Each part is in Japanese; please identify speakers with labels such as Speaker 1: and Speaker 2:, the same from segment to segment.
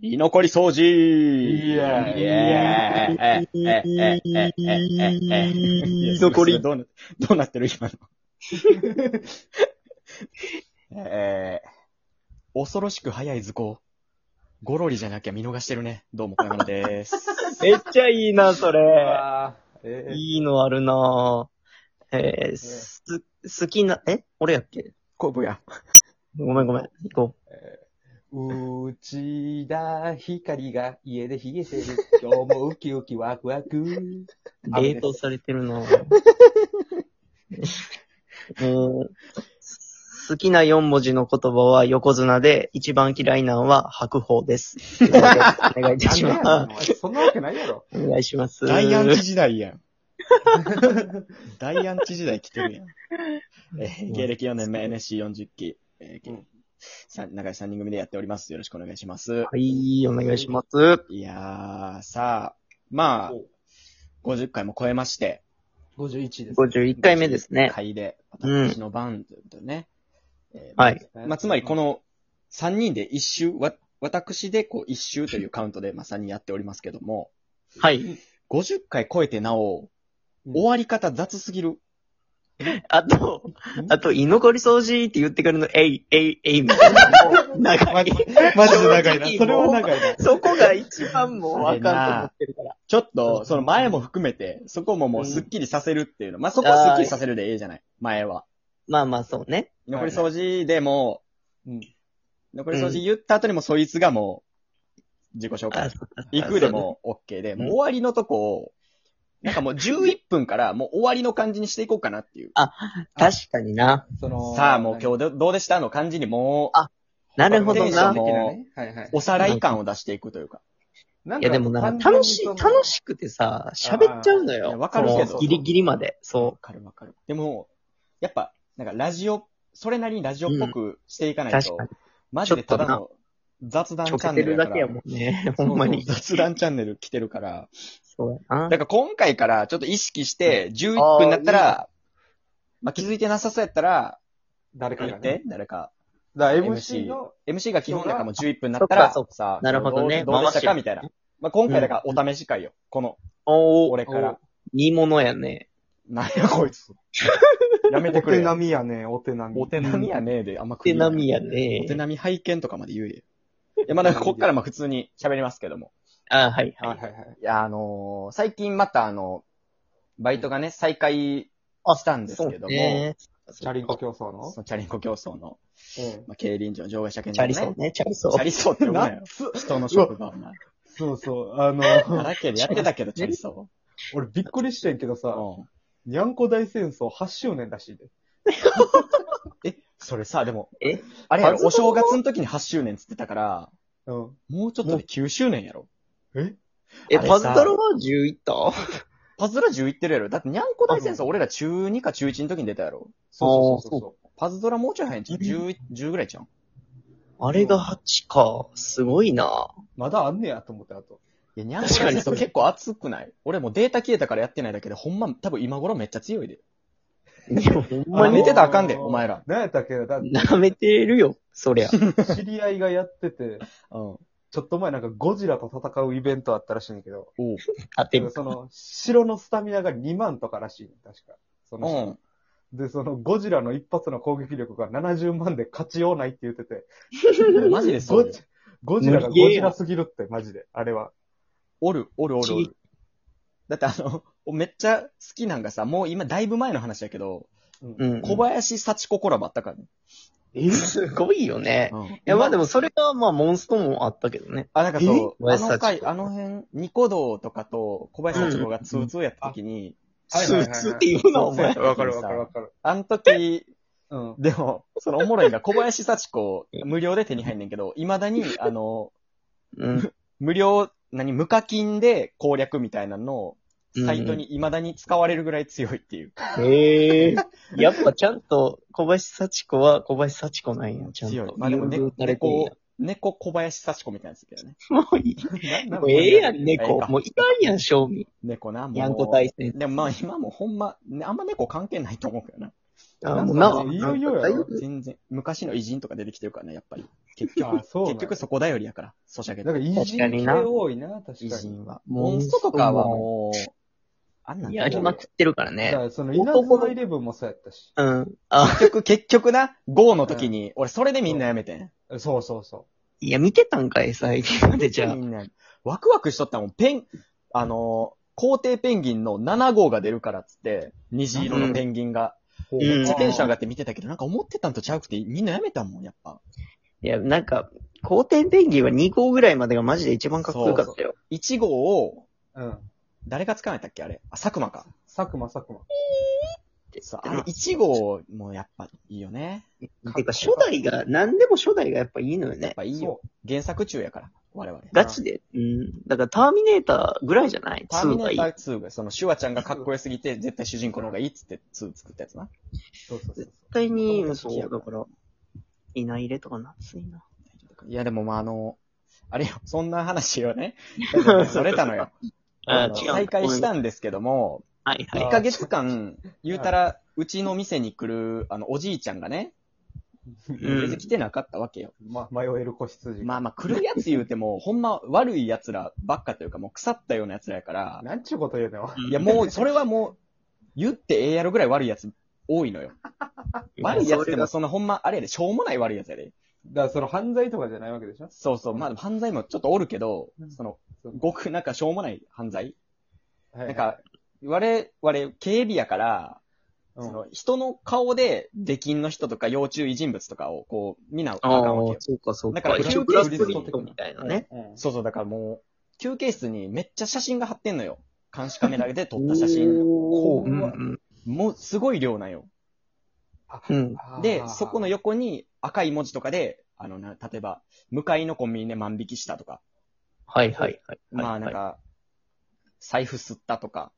Speaker 1: 居残り掃除イ
Speaker 2: イエーイ
Speaker 1: イエーイ
Speaker 2: 居残り
Speaker 1: どうなどうなってる今の。えー、恐ろしく早い図工。ゴロリじゃなきゃ見逃してるね。どうも、小山でーす。
Speaker 3: めっちゃいいな、それ。
Speaker 2: えー
Speaker 3: いいのあるなえー、す、好きな、え俺やっけ
Speaker 1: コブや。
Speaker 3: ごめんごめん。行こ
Speaker 2: うちだ、光が家で冷えてる。今日もウキウキワクワク。
Speaker 3: う。冷凍されてるな もう、好きな4文字の言葉は横綱で、一番嫌いなのは白鵬です。ということでお願いいたしま
Speaker 2: なんでやねんお前そんなわけないやろ。
Speaker 3: す。お願いします。
Speaker 1: 大アンチ時代やん。 大アンチ時代来てるやん。えー芸歴4年目 NSC40 期、えー
Speaker 2: うん
Speaker 1: さん、仲良し3人組でやっております。よろしくお願いします。
Speaker 3: はい、お願いします。
Speaker 1: いやー、さあ、まあ、50回も超えまして、
Speaker 2: 51です。
Speaker 3: 51回目ですね。
Speaker 1: 回で、
Speaker 3: うん
Speaker 1: 私の番とね、えー
Speaker 3: はい。
Speaker 1: まあ、つまりこの3人で一周、わ、私でこう一周というカウントでまさにやっておりますけども、
Speaker 3: はい。
Speaker 1: 50回超えてなお、
Speaker 2: うん
Speaker 1: 終わり方雑すぎる。
Speaker 3: あと、
Speaker 1: ん
Speaker 3: あと、居残り掃除って言ってからの、えい、えい、えいみたい な。長い。
Speaker 1: マ
Speaker 3: ジで長いなそれは長
Speaker 1: いな。
Speaker 3: そこが一番もうわかんと思ってるから。
Speaker 1: ちょっと、その前も含めて、そこももうスッキリさせるっていうの。まあ、そこはスッキリさせるでええじゃない。前は。
Speaker 3: まあまあ、そうね。
Speaker 1: 残り掃除でも、
Speaker 2: うん
Speaker 1: 残り掃除言った後にもそいつがもう、自己紹
Speaker 3: あ
Speaker 1: 介。行くでも OK で、もう終わりのとこを、なんかもう11分からもう終わりの感じにしていこうかなっていう。
Speaker 3: 確かにな。
Speaker 2: その、
Speaker 1: さあもう今日どどうでしたの感じにも
Speaker 3: なるほど
Speaker 1: テンション
Speaker 3: な。
Speaker 1: も
Speaker 3: い
Speaker 2: はいはい。
Speaker 1: う、おさらい感を出していくというか。
Speaker 3: やでもな、楽しい、楽しくてさ、喋っちゃうの
Speaker 1: いや
Speaker 3: よ。
Speaker 1: わかるけど
Speaker 3: そうギリギリまで。
Speaker 1: わ
Speaker 3: そ
Speaker 1: かるわかる。でも、やっぱ、なんかラジオ、それなりにラジオっぽくしていか
Speaker 3: う。
Speaker 1: ない
Speaker 3: 確
Speaker 1: と、
Speaker 3: かに。
Speaker 1: マジでただの雑談チ
Speaker 3: ちょ
Speaker 1: ャ
Speaker 3: け
Speaker 1: ン
Speaker 3: て
Speaker 1: ネル
Speaker 3: る
Speaker 1: や
Speaker 3: だ
Speaker 1: か
Speaker 3: けや
Speaker 1: ら。
Speaker 3: もんね。 ほんまに。
Speaker 1: 雑談チャンネル来てるから。
Speaker 3: そうや
Speaker 1: だ
Speaker 3: な。
Speaker 1: から今回からちょっと意識して、11分だったら、まあ、気づいてなさそうやったら、
Speaker 2: 誰か
Speaker 1: 言
Speaker 2: が
Speaker 1: っ
Speaker 2: ね。
Speaker 1: て、誰か。
Speaker 2: だから
Speaker 1: MC
Speaker 2: MC の、
Speaker 1: MC が基本だからもう11分になったら、
Speaker 3: そっか
Speaker 1: さあ、
Speaker 3: なるほどね
Speaker 1: どうどうでしたか
Speaker 3: 回し
Speaker 1: みたいな。まあ、今回だからお試し会よ。この、
Speaker 3: おー、
Speaker 1: 俺から。
Speaker 3: いいものやね。
Speaker 1: なんやこい つ。やめて
Speaker 2: お
Speaker 1: くれ
Speaker 2: 手
Speaker 1: よ。
Speaker 2: 並みやね、お手並み。
Speaker 1: お手並みやねえで、あんま
Speaker 3: お
Speaker 1: 食
Speaker 3: 手
Speaker 1: い
Speaker 3: 並みや
Speaker 1: お手
Speaker 3: ね。
Speaker 1: 並み拝見とかまで言えよ。いや、まあ、なんかこっからまあ普通に喋りますけども。
Speaker 3: あ、はい
Speaker 2: はいは
Speaker 3: は。
Speaker 2: いいはい。
Speaker 1: いや、あのー最近またあの、バイトがね、再開したんですけども、
Speaker 3: ね。
Speaker 2: チャリンコ競争の
Speaker 1: そのチャリンコ競争の、
Speaker 2: うん。
Speaker 1: まあ、競輪場、場外車検
Speaker 3: チャリそうね、チャリそ
Speaker 1: チャ
Speaker 3: う。
Speaker 1: リソーってお前、
Speaker 2: 夏
Speaker 1: 人の職場、お前。
Speaker 2: そうそう、あの、
Speaker 1: だらけでやってたけど、チャリソ
Speaker 2: 俺びっくりしてんけど さ、
Speaker 1: ー。うん。
Speaker 2: にゃんこ大戦争8周年らしいで。
Speaker 1: え、それさ、でも、
Speaker 3: え
Speaker 1: あれやろ
Speaker 2: 初
Speaker 1: お正月の時に8周年っつってたから、
Speaker 2: うん。
Speaker 1: もうちょっとで9周年やろ。
Speaker 3: え、
Speaker 1: あれ
Speaker 3: パ
Speaker 1: さ
Speaker 3: ズドラは10いった
Speaker 1: パズドラ10いってるやろ。だって、にゃんこ大戦争俺ら中2か中1の時に出たやろ。
Speaker 2: そうそうそうそう。
Speaker 1: パズドラもうちょい早いんちゃう ?10、10ぐらいちゃうん
Speaker 3: あれが8か。すごいな。
Speaker 2: まだあんねやと思って、あと。
Speaker 1: いや、にゃんこ大戦争結構熱くない俺もうデータ消えたからやってないだけで、ほんま、多分今頃めっちゃ強いで。
Speaker 3: いや、ほん
Speaker 1: お前
Speaker 3: ま
Speaker 1: 寝
Speaker 3: に。
Speaker 1: てたらあかんで、お前ら。
Speaker 2: なんやったっけだ
Speaker 3: 舐めてるよ、そりゃ。
Speaker 2: 知り合いがやってて、
Speaker 1: うん。お
Speaker 2: ちょっと前なんかゴジラと戦うイベントあったらしいんだけど、
Speaker 1: う。
Speaker 3: 当てる。
Speaker 2: その、城のスタミナが2万とからしいね、確か。その人
Speaker 1: うん。
Speaker 2: で、その、ゴジラの一発の攻撃力が70万で勝ちようないって言ってて、
Speaker 1: マジでそ
Speaker 2: ゴ
Speaker 1: うよ
Speaker 2: ジ。ゴジラが
Speaker 3: 無理ゲー
Speaker 2: ゴ
Speaker 3: や
Speaker 2: ジラすぎるって、マジで、あれは。
Speaker 1: おる、おる、おる、お
Speaker 3: ち
Speaker 1: る。だってあの、 めっちゃ好きなんがさ、もう今だいぶ前の話やけど、
Speaker 2: う。
Speaker 3: うんん。
Speaker 1: 小林幸子コラボあったからね。
Speaker 3: すごいよね。
Speaker 1: うん。い
Speaker 3: いや、まあで
Speaker 1: も、
Speaker 3: もそれが、まあ、モンストもあったけどね。
Speaker 1: あ、なんかそう、あ
Speaker 3: え
Speaker 1: の
Speaker 3: 小林幸
Speaker 1: 回、
Speaker 3: 子
Speaker 1: あの辺、ニコ動とかと小林幸子がツーツーやった時に、
Speaker 2: はい
Speaker 3: ス
Speaker 2: はいはいはい
Speaker 3: ーツっていうのは、お前。
Speaker 2: わかるわかるわかる。
Speaker 1: あの時、
Speaker 2: うん。
Speaker 1: でも、そのおもろいが小林幸子無料で手に入んねんけど、未だに、あの、
Speaker 3: うん。
Speaker 1: 無料、何、無課金で攻略みたいなのを、サイトに未だに使われるぐらい強いっていう。
Speaker 3: へえ。やっぱちゃんと、小林幸子は小林幸子なんや、ちゃん
Speaker 1: 強い
Speaker 3: と。。
Speaker 1: まあでも、ね
Speaker 3: 誘導、されてんや
Speaker 1: 猫、猫小林幸子みたいなやつだよね。
Speaker 3: もういい。
Speaker 2: な
Speaker 3: もうええやん、
Speaker 1: ええ
Speaker 3: 猫
Speaker 1: か。
Speaker 3: もういかんやん、賞味。
Speaker 1: 猫な、もう。
Speaker 3: にゃんこ対戦。
Speaker 1: でもまあ今もほんま、ねあんま猫関係ないと思うけどな。
Speaker 3: あもうな
Speaker 2: なんかねいよいよやろ
Speaker 1: 全然、昔の偉人とか出てきてるからね、やっぱり。結
Speaker 2: あ
Speaker 1: 局、
Speaker 2: そうなん
Speaker 1: 結局そこだよりやから、ソシャゲ
Speaker 2: な
Speaker 1: の
Speaker 2: んか偉
Speaker 3: 確か
Speaker 2: 人
Speaker 3: に
Speaker 2: 系
Speaker 3: な
Speaker 2: 多いな、確かに。
Speaker 1: 偉人は。
Speaker 3: もう
Speaker 1: モンストとかはもう、あんなん
Speaker 3: やりまくってるから
Speaker 2: だか
Speaker 3: ね。
Speaker 2: らその、稲妻のイレブンもそうやったし。
Speaker 3: うん。あ、
Speaker 1: 結 局、結局な、GO の時に、俺それでみんなやめてん。
Speaker 2: そうそうそ
Speaker 3: いや、見てたんかい、最近までじゃあ
Speaker 1: み。んな、ワクワクしとったもん。ペン、あのー、皇帝ペンギンの7号が出るからっつって、虹色のペンギンが。
Speaker 2: う。
Speaker 3: うん
Speaker 1: めっちゃテンション上
Speaker 2: が
Speaker 1: がって見てたけど、なんか思ってたんとちゃうくて、みんなやめたもん、やっぱ。
Speaker 3: いや、なんか、皇天ペンギンは2号ぐらいまでがマジで一番かっこよかったよ。
Speaker 1: 1号を、
Speaker 2: うん。
Speaker 1: 誰が使われたっけあれ。あ、佐久間か。
Speaker 2: 佐久間佐久間。
Speaker 1: そう、あれ1号もやっぱいいよね。
Speaker 2: そう
Speaker 3: てか、初代が、何でも初代がやっぱいいのよ
Speaker 1: やっ
Speaker 3: ね。
Speaker 1: ぱいいよ。原作中やから、我々。
Speaker 3: ガチで。うん。だから、ターミネーターぐらいじゃない
Speaker 1: ターミ
Speaker 3: ?2
Speaker 1: ネ
Speaker 3: が
Speaker 1: ー
Speaker 3: いい
Speaker 1: タ。ー2が、そのシュワちゃんがかっこよすぎて、絶対主人公の方がいいっつって2作ったやつな。
Speaker 2: そうそうそうそう。
Speaker 3: 絶対に、
Speaker 1: うん
Speaker 3: そう、だから、いない入れとかな、ついな。
Speaker 1: いや、でもまあ、あの、あれよ、そんな話をね、それたのよ。
Speaker 3: あ
Speaker 1: あの
Speaker 3: 違う。
Speaker 1: 再開したんですけども、
Speaker 3: はいはい
Speaker 2: あ
Speaker 1: 1ヶ月間、言うたら、うちの店に来る、あの、おじいちゃんがね、
Speaker 3: うん
Speaker 1: 別に来てなかったわけよ。
Speaker 2: ま、迷える子羊。
Speaker 1: まあまあ、来るやつ言うても、ほんま悪い奴らばっかというか、もう腐ったような奴らやから、
Speaker 2: なんちゅうこと言うのよ。
Speaker 3: うん。
Speaker 1: いや、もう、それはもう、言ってええやるぐらい悪い奴多いのよ。悪い奴でも、そんなほんま、あれやで、しょうもない悪い奴やで。
Speaker 2: だからその犯罪とかじゃないわけでしょ
Speaker 1: そうそう、まあ、犯罪もちょっとおるけど
Speaker 2: う、ん
Speaker 1: その、
Speaker 2: そう
Speaker 1: ごくなんかしょうもない犯罪
Speaker 2: はい
Speaker 1: なんか、我々、警備やから、
Speaker 2: うん
Speaker 1: その人の顔で、出禁の人とか、要注意人物とかを、こう、見なあか
Speaker 3: ああ
Speaker 1: んわけよ、。
Speaker 3: そうかそう
Speaker 1: だか
Speaker 3: か。
Speaker 1: ら
Speaker 3: 一応グラスプリットみたいなね。
Speaker 2: うん
Speaker 1: そうそう、だからもう、休憩室にめっちゃ写真が貼ってんのよ。監視カメラで撮
Speaker 3: 撮
Speaker 1: った写 真。
Speaker 3: こ
Speaker 2: こ
Speaker 3: う。
Speaker 2: う
Speaker 3: うんうん。
Speaker 1: もう、すごい量なんよ。
Speaker 3: うん。
Speaker 1: で、そこの
Speaker 2: よ、
Speaker 1: 横に赤い文字とかで、あのな、例えば、向かいのコンビニで万引きしたとか、
Speaker 3: はいはいはい。
Speaker 1: まあなんか、財布吸ったとか、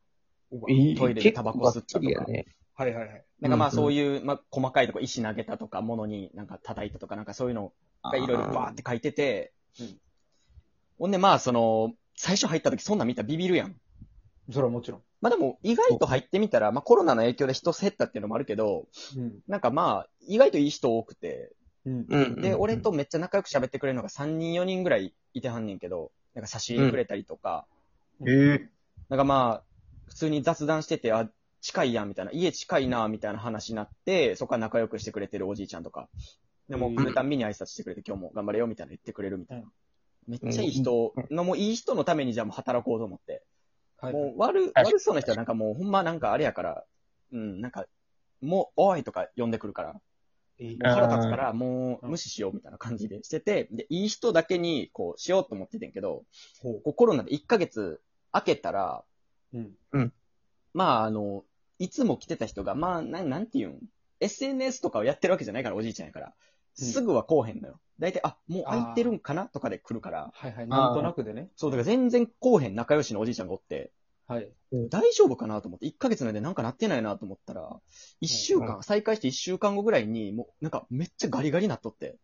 Speaker 2: うわ
Speaker 1: トイレでタバコ吸ったとか
Speaker 3: 結構バッチリやね。
Speaker 2: はいはいはい。
Speaker 1: なんかまあ
Speaker 3: うんうん
Speaker 1: そういう、まあ細かいとこ石投げたとか、物になんか叩いたとか、なんかそういうのがいろいろバーって書いてて
Speaker 2: うん、
Speaker 1: ほんでまあその、最初入った時そんなん見たらビビるやん。
Speaker 2: それはもちろん。
Speaker 1: まあでも意外と入ってみたら、まあコロナの影響で人減ったっていうのもあるけど、
Speaker 2: うん。
Speaker 1: なんかまあ意外といい人多くて、
Speaker 2: うん。
Speaker 3: うんうん。
Speaker 1: で、俺とめっちゃ仲良く喋ってくれるのが3人4人ぐらいいてはんねんけど、なんか差し入れくれたりとか、
Speaker 3: えー。
Speaker 1: なんかまあ、普通に雑談してて、あ、近いやんみたいな、家近いなみたいな話になって、そこから仲良くしてくれてるおじいちゃんとか、でも
Speaker 2: うん
Speaker 1: 来るたんびに挨拶してくれて、今日も頑張れよみたいな言ってくれるみたいな。めっちゃいい人の、もういい人のためにじゃあもう働こうと思って。
Speaker 2: はい。
Speaker 1: もう悪、
Speaker 3: 確かに
Speaker 1: 悪そうな人はなんかもうほんまなんかあれやから、うん、なんか、もう、おいとか呼んでくるから、
Speaker 2: え
Speaker 3: あー
Speaker 1: 腹立つからもう無視しようみたいな感じでしてて、で、いい人だけにこうしようと思っててんけど、
Speaker 2: ほ
Speaker 1: こうコロナで1ヶ月開けたら、
Speaker 2: う。うん。
Speaker 1: まあ、あの、いつも来てた人が、まあ、なん、なんていうん、SNS とかをやってるわけじゃないから、おじいちゃんやから。
Speaker 2: うん
Speaker 1: すぐは来おへんのよ。大体、あ、もう空いてるんかなとかで来るから。
Speaker 2: はいはい。なんとなくでね。
Speaker 1: そう、だから全然来おへん仲良しのおじいちゃんがおって、
Speaker 2: はい。
Speaker 1: 大丈夫かなと思って、1ヶ月の間なんかなってないなと思ったら、1週間、再開して1週間後ぐらいに、もう、なんかめっちゃガリガリなっとって、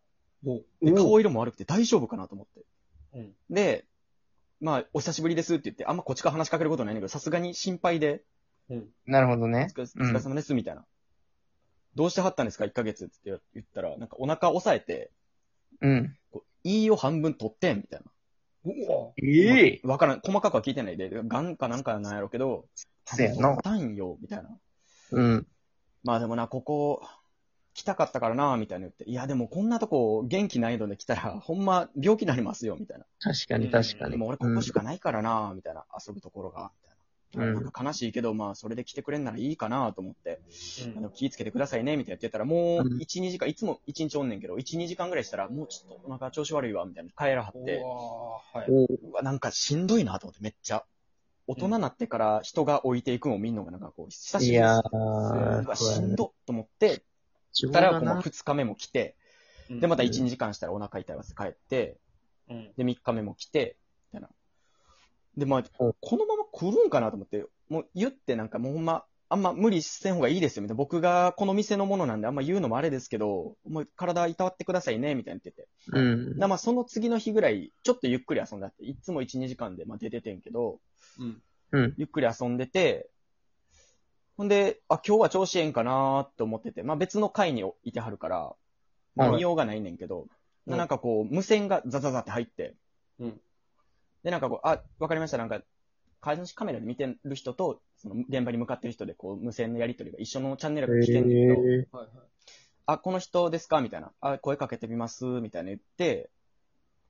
Speaker 2: ほ
Speaker 1: で顔色も悪くて大丈夫かなと思って。
Speaker 2: う。うん。
Speaker 1: で、まあ、お久しぶりですって言って、あんまこっちから話しかけることないんだけど、さすがに心配で、
Speaker 3: なるほど
Speaker 1: お
Speaker 3: ね。
Speaker 1: 疲れ
Speaker 3: うん
Speaker 1: お疲れ様です、みたいな。どうしてはったんですか、1ヶ月って言ったら、なんかお腹押さえて、
Speaker 3: うん。
Speaker 1: こう胃を半分取ってん、みたいな。
Speaker 2: うわ
Speaker 3: ええ。
Speaker 1: わからん、細かくは聞いてないで、ガンかなんかなんやろうけど、
Speaker 3: せや
Speaker 1: 取
Speaker 3: な
Speaker 1: っ。たんよ、みたいな。
Speaker 3: うん。
Speaker 1: まあでもな、ここ、来たかったからな、みたいな言って、いやでもこんなとこ元気ないので来たら、 ほんま病気になりますよ、みたいな。
Speaker 3: 確かに確か
Speaker 1: で
Speaker 3: に。
Speaker 1: も俺ここしかないからな、みたいな、遊ぶところが、みたいな。
Speaker 3: うん
Speaker 1: なんか悲しいけど、まあそれで来てくれんならいいかなと思って。
Speaker 2: うん
Speaker 1: あの気ぃつけてくださいね、みたいなやってたら、もう
Speaker 3: うん
Speaker 1: 1、2時間、いつも1日おんねんけど、1、2時間ぐらいしたら、もうちょっとお腹調子悪いわ、みたいな、帰らはって
Speaker 2: う、わは
Speaker 3: おう
Speaker 1: うわ、なんかしんどいなと思って、めっちゃ。大人になってから人が置いていくのを見るのがなんかこう、久しぶり
Speaker 3: い
Speaker 1: で
Speaker 3: や
Speaker 1: す。
Speaker 3: ー
Speaker 1: うわ、しんどっと思って、
Speaker 3: そう
Speaker 1: た
Speaker 3: や
Speaker 1: ら
Speaker 3: な
Speaker 1: この2日目も来て、
Speaker 2: い。
Speaker 1: で、また1、2時間したらお腹痛いわって帰って、
Speaker 2: うん。
Speaker 1: で、3日目も来て、みたいな。で、まあ、
Speaker 3: うん
Speaker 1: このまま来るんかなと思って、もう言ってなんかもうほんま、あんま無理せん方がいいですよ、みたいな。僕がこの店のものなんであんま言うのもあれですけど、もう体いたわってくださいね、みたいな言ってて。
Speaker 3: うん。
Speaker 1: でまあその次の日ぐらい、ちょっとゆっくり遊んだって、いつも1、2時間でまあ出ててんけど、
Speaker 2: うん。
Speaker 1: ゆっくり遊んでて、ほんで、あ、今日は調子ええんかなって思ってて、まあ別の回にいてはるから、まあ
Speaker 3: はい
Speaker 1: 見ようがないねんけど、
Speaker 2: うん
Speaker 1: なんかこう、無線がザザザって入って、
Speaker 2: うん
Speaker 1: で、なんかこう、あ、わかりました、なんか、監視カメラで見てる人と、その現場に向かってる人で、こう、無線のやり取りが一緒のチャンネルが来てんねんけど、
Speaker 3: え
Speaker 2: はいはい。
Speaker 1: あ、この人ですかみたいな。あ、声かけてみますみたいな言って、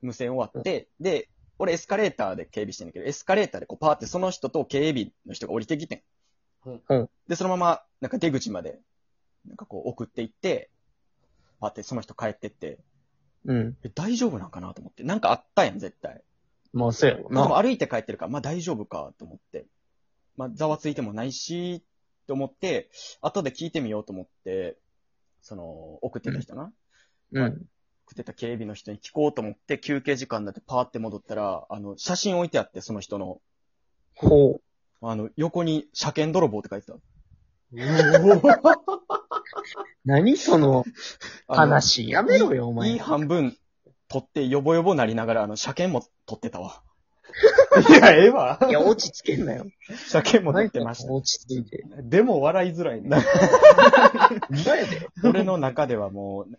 Speaker 1: 無線終わって、で、俺エスカレーターで警備してんだけど、エスカレーターでこうパーってその人と警備の人が降りてきてん。
Speaker 3: うん
Speaker 1: で、そのまま、なんか出口まで、なんかこう送っていって、パーってその人帰ってって、
Speaker 3: うん。
Speaker 1: え、大丈夫なんかなと思って。なんかあったやん、絶対。
Speaker 3: まあ、そうやろ
Speaker 1: まあ、でも
Speaker 3: な。
Speaker 1: 歩いて帰ってるから、まあ大丈夫かと思って。まあ、ざわついてもないし、と思って、後で聞いてみようと思って、その、送ってた人な。
Speaker 3: うん。
Speaker 1: 食ってた警備の人に聞こうと思って、休憩時間だってパーって戻ったら、あの、写真置いてあって、その人の。
Speaker 3: ほう。
Speaker 1: あの、横に車検泥棒って書いてた。
Speaker 3: 何その
Speaker 1: あの
Speaker 3: 話。やめろよ、お前。
Speaker 1: いい半分取って、よぼよぼなりながら、あの、車検も取ってた わ。
Speaker 2: いや、ええわ。
Speaker 3: いや、落ち着けんな よ。
Speaker 1: 車検も取ってまし
Speaker 3: 落ち着いて。
Speaker 1: た。でも笑いづらいね。 俺の中ではもう、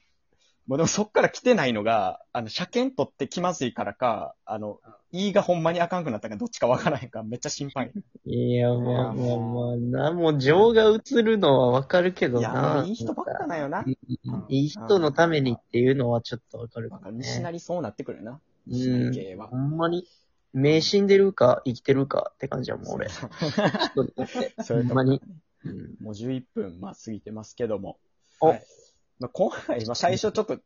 Speaker 1: もうでもそっから来てないのが、あの、車検取って気まずいからか、あの、いいがほんまにあかんくなったかどっちかわからへんから、めっちゃ心配。
Speaker 3: いや、まあ
Speaker 2: いや
Speaker 3: まあま
Speaker 2: も
Speaker 3: あ、な、もう情が映るのはわかるけ ど
Speaker 1: いや、も
Speaker 3: な。
Speaker 1: ういい人ばっかなんよな。
Speaker 3: うんいい人のためにっていうのはちょっとわかる
Speaker 1: な
Speaker 3: か
Speaker 1: ん
Speaker 3: も
Speaker 1: か、西
Speaker 3: ね。
Speaker 1: 成そうなってくるよな。
Speaker 3: う
Speaker 1: 神
Speaker 3: ん。
Speaker 1: 経は。
Speaker 3: ほんまに、迷信でるか生きてるかって感じやもん、俺。人にとって
Speaker 1: それと
Speaker 3: ほんま
Speaker 1: も
Speaker 3: に、うん
Speaker 1: もう11分、まあ、過ぎてますけども。
Speaker 3: お
Speaker 1: はいまあ、今回は最初ちょっと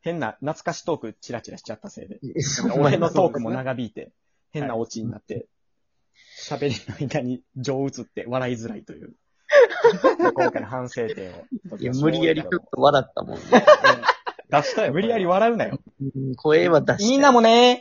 Speaker 1: 変な懐かしトークチラチラしちゃった せいで、 俺のトークも長 引いて、変なオチになって、喋りの間に情移って笑いづらいと いう、今回の反省点を。
Speaker 3: いや、無理やりちょっと笑ったもんね。
Speaker 1: 出したよ。無理やり笑うなよ。
Speaker 3: うん声は出して。
Speaker 1: いいなもね